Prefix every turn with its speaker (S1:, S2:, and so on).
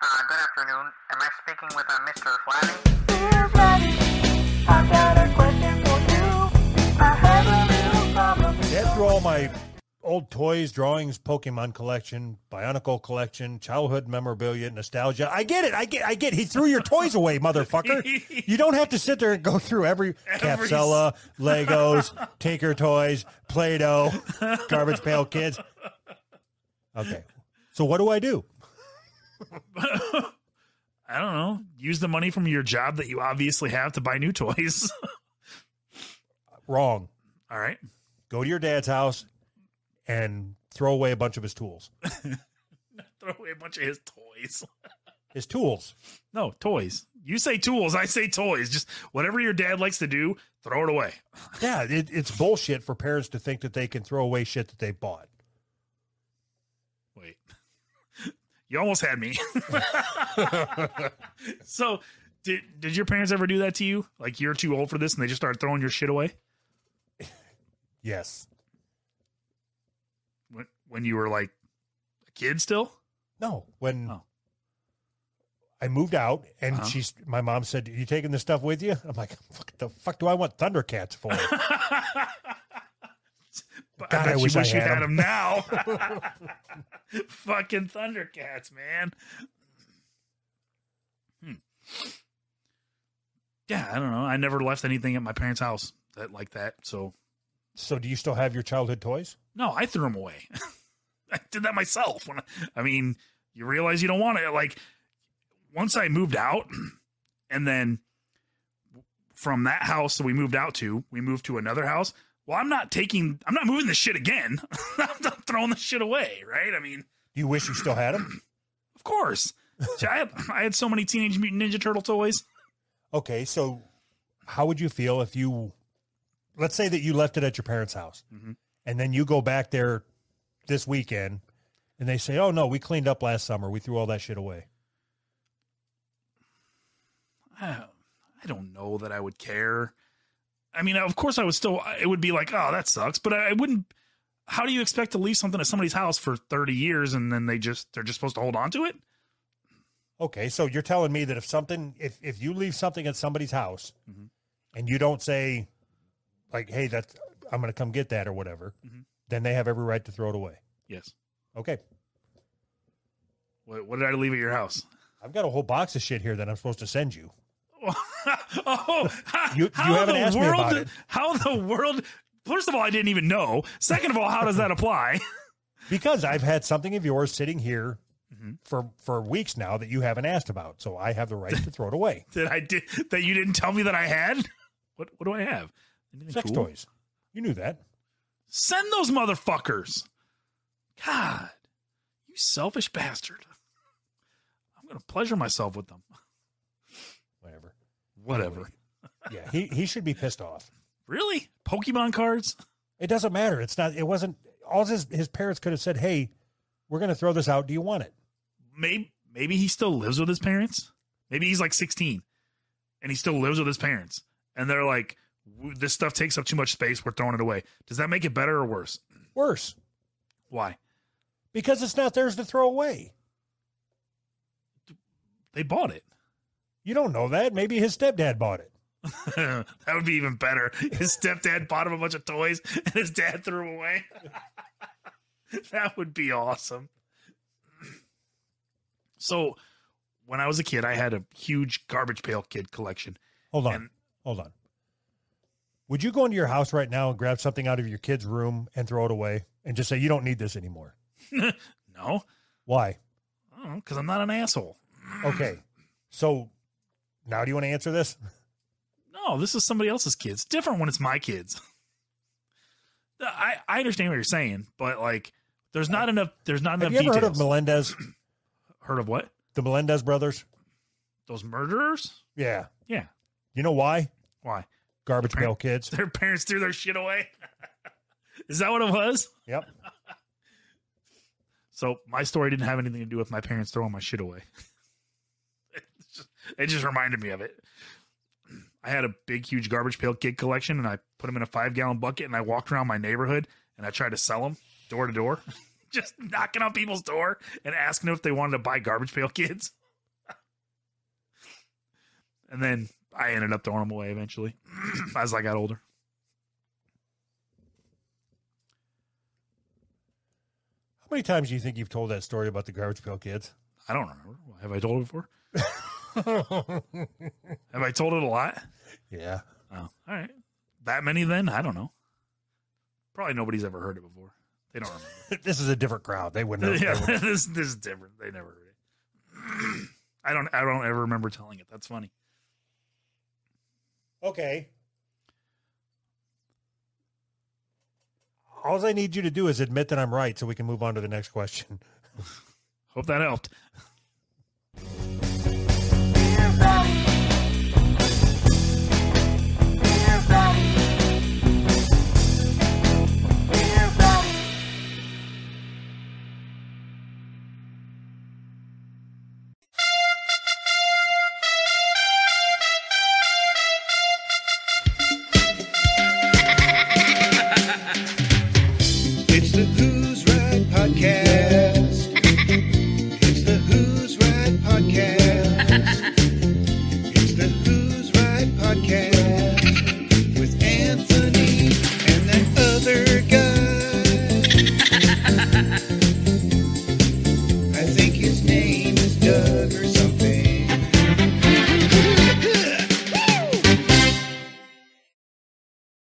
S1: Uh, good afternoon. Am I speaking with uh, Mr. Flatty?
S2: Dear Freddy, I've got a question for you. I have a little problem.
S3: Did I through all my old toys, drawings, Pokemon collection, Bionicle collection, childhood memorabilia, nostalgia. I get it. I get. I get. He threw your toys away, motherfucker. You don't have to sit there and go through every,
S4: Every-
S3: Capsella, Legos, Tinker toys, Play-Doh, garbage pail kids. Okay. So what do I do?
S4: I don't know. Use the money from your job that you obviously have to buy new toys.
S3: Wrong.
S4: All right.
S3: Go to your dad's house and throw away a bunch of his tools.
S4: Throw away a bunch of his toys.
S3: His tools.
S4: No, toys. You say tools, I say toys. Just whatever your dad likes to do, throw it away.
S3: Yeah, it, it's bullshit for parents to think that they can throw away shit that they bought.
S4: Wait. You almost had me. so, did did your parents ever do that to you? Like you're too old for this and they just started throwing your shit away
S3: Yes.
S4: when, when you were like a kid still?
S3: No, when
S4: Oh.
S3: I moved out, and
S4: Uh-huh.
S3: she's my mom said, "You taking this stuff with you?" I'm like, "Fuck the fuck do I want Thundercats for?"
S4: But
S3: God, I
S4: you
S3: wish I
S4: you
S3: had
S4: had
S3: 'em.
S4: them now. Fucking Thundercats, man. Hmm. Yeah, I don't know. I never left anything at my parents' house that like that. So
S3: so, do you still have your childhood toys?
S4: no, I threw them away. I did that myself. When I, I mean, you realize you don't want it. Like once I moved out, and then from that house that we moved out to, we moved to another house. Well, I'm not taking. I'm not moving this shit again. I'm not throwing the shit away, right? I mean,
S3: Do you wish you still had them?
S4: of course. See, I had I had so many Teenage Mutant Ninja Turtle toys.
S3: Okay, so how would you feel if you, let's say that you left it at your parents' house,
S4: Mhm.
S3: and then you go back there this weekend, and they say, "Oh no, we cleaned up last summer. We threw all that shit away."
S4: I I don't know that I would care. I mean, of course, I would still. It would be like, oh, that sucks, but I, I wouldn't. How do you expect to leave something at somebody's house for thirty years and then they just they're just supposed to hold on to it?
S3: Okay, so you're telling me that if something, if if you leave something at somebody's house,
S4: Mhm.
S3: and you don't say, like, "Hey, that's I'm going to come get that" or whatever,
S4: Mhm.
S3: then they have every right to throw it away.
S4: Yes.
S3: Okay,
S4: What, what did I leave at your house?
S3: I've got a whole box of shit here that I'm supposed to send you.
S4: oh,
S3: You- you
S4: how in
S3: haven't
S4: the
S3: asked me
S4: world,
S3: about it.
S4: How in the world? First of all, I didn't even know. Second of all, how does that apply?
S3: because I've had something of yours sitting here
S4: Mhm.
S3: for for weeks now that you haven't asked about, so I have the right to throw it away.
S4: that I did that you didn't tell me that I had. What what do I have? Anything
S3: Sex
S4: cool?
S3: toys, you knew that.
S4: Send those motherfuckers. God, you selfish bastard. I'm going to pleasure myself with them.
S3: Whatever.
S4: Whatever.
S3: Yeah, he he should be pissed off.
S4: Really? Pokemon cards?
S3: It doesn't matter. It's not. It wasn't. All his his parents could have said, "Hey, we're going to throw this out. Do you want it?"
S4: Maybe maybe he still lives with his parents? Maybe he's like 16 and he still lives with his parents and they're like "W- this stuff takes up too much space. We're throwing it away. Does that make it better or worse?
S3: Worse,
S4: Why?
S3: because it's not theirs to throw away.
S4: They bought it.
S3: You don't know that. Maybe his stepdad bought it.
S4: that would be even better. His stepdad bought him a bunch of toys and his dad threw them away. that would be awesome. So, when I was a kid, I had a huge garbage pail kid collection.
S3: Hold on,
S4: And-
S3: hold on. Would you go into your house right now and grab something out of your kid's room and throw it away and just say you don't need this anymore?
S4: No,
S3: Why?
S4: because I'm not an asshole.
S3: Okay. So now do you want to answer this?
S4: No, this is somebody else's kids. Different when it's my kids. I, I understand what you're saying, but like, there's not enough. There's not
S3: Have
S4: enough
S3: you ever
S4: details.
S3: heard of Melendez,
S4: heard of what?
S3: the Melendez brothers?
S4: Those murderers?
S3: Yeah.
S4: Yeah.
S3: You know why?
S4: Why?
S3: Garbage Pail Kids.
S4: their parents threw their shit away. Is that what it was?
S3: Yep.
S4: So my story didn't have anything to do with my parents throwing my shit away. it, just, it just reminded me of it. I had a big, huge garbage pail kid collection, and I put them in a five gallon bucket, and I walked around my neighborhood and I tried to sell them door to door, just knocking on people's door and asking if they wanted to buy garbage pail kids. And then I ended up throwing them away eventually as I got older.
S3: How many times do you think you've told that story about the garbage pail kids?
S4: I don't remember. Have I told it before? Have I told it a lot?
S3: yeah.
S4: Oh, all right. That many then? I don't know. Probably nobody's ever heard it before. They don't remember.
S3: This is a different crowd. They wouldn't
S4: yeah,
S3: have. they wouldn't-
S4: this this is different. They never heard it. I don't I don't ever remember telling it. That's funny.
S3: Okay. All I need you to do is admit that I'm right so we can move on to the next question.
S4: Hope that helped.